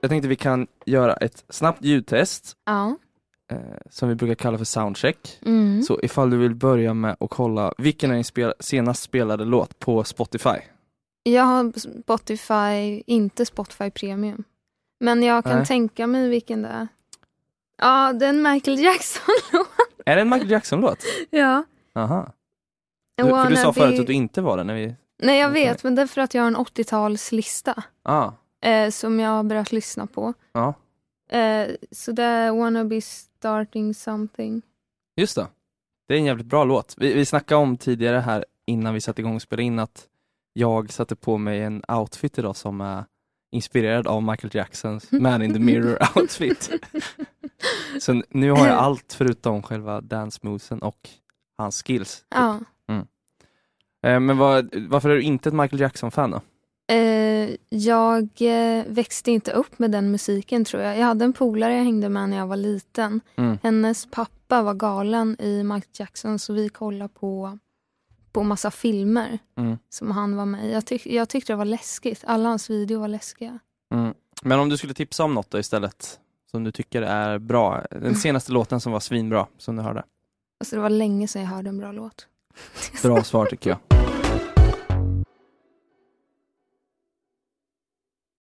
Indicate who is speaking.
Speaker 1: jag tänkte vi kan göra ett snabbt ljudtest
Speaker 2: Ja.
Speaker 1: eh, som vi brukar kalla för soundcheck.
Speaker 2: Mm.
Speaker 1: Så ifall du vill börja med att kolla vilken är din spel- senast spelade låt på Spotify?
Speaker 2: Jag har Spotify, inte Spotify Premium. Men jag kan
Speaker 1: Nej.
Speaker 2: tänka mig vilken det är. Ja, det är en Michael Jackson.
Speaker 1: Är det en Michael Jackson-låt?
Speaker 2: ja.
Speaker 1: Aha. Du, för du sa
Speaker 2: Wannabe-
Speaker 1: förut att du inte var det när vi...
Speaker 2: Nej, jag
Speaker 1: Okej.
Speaker 2: vet, men det är för att jag har en 80-talslista
Speaker 1: Ah,
Speaker 2: eh, som jag har börjat lyssna på.
Speaker 1: ja,
Speaker 2: Eh, så det är Wanna Be Starting
Speaker 1: Typ.
Speaker 2: Something.
Speaker 1: just det. Det är en jävligt bra låt. Vi, vi snackade om tidigare här innan vi satte igång och spelade in att jag satte på mig en outfit idag som är inspirerad av Michael Jacksons Man in the Mirror outfit. Så nu har jag allt förutom själva dance movesen och hans skills.
Speaker 2: Ja.
Speaker 1: Eh, Men vad, varför är du inte ett Michael Jackson-fan då?
Speaker 2: Eh, jag eh, växte inte upp med den musiken tror jag. Jag hade en polare jag hängde med när jag var liten.
Speaker 1: Mm.
Speaker 2: Hennes pappa var galen i Michael Jackson så vi kollade på, på massa filmer
Speaker 1: Mm.
Speaker 2: som han var med i. Jag, tyck- jag tyckte det var läskigt. Alla hans videor var läskiga.
Speaker 1: mm. Men om du skulle tipsa om något då istället som du tycker är bra, den senaste låten som var svinbra som du hörde.
Speaker 2: Alltså det var länge sedan jag hörde en bra låt.
Speaker 1: Bra svar tycker jag.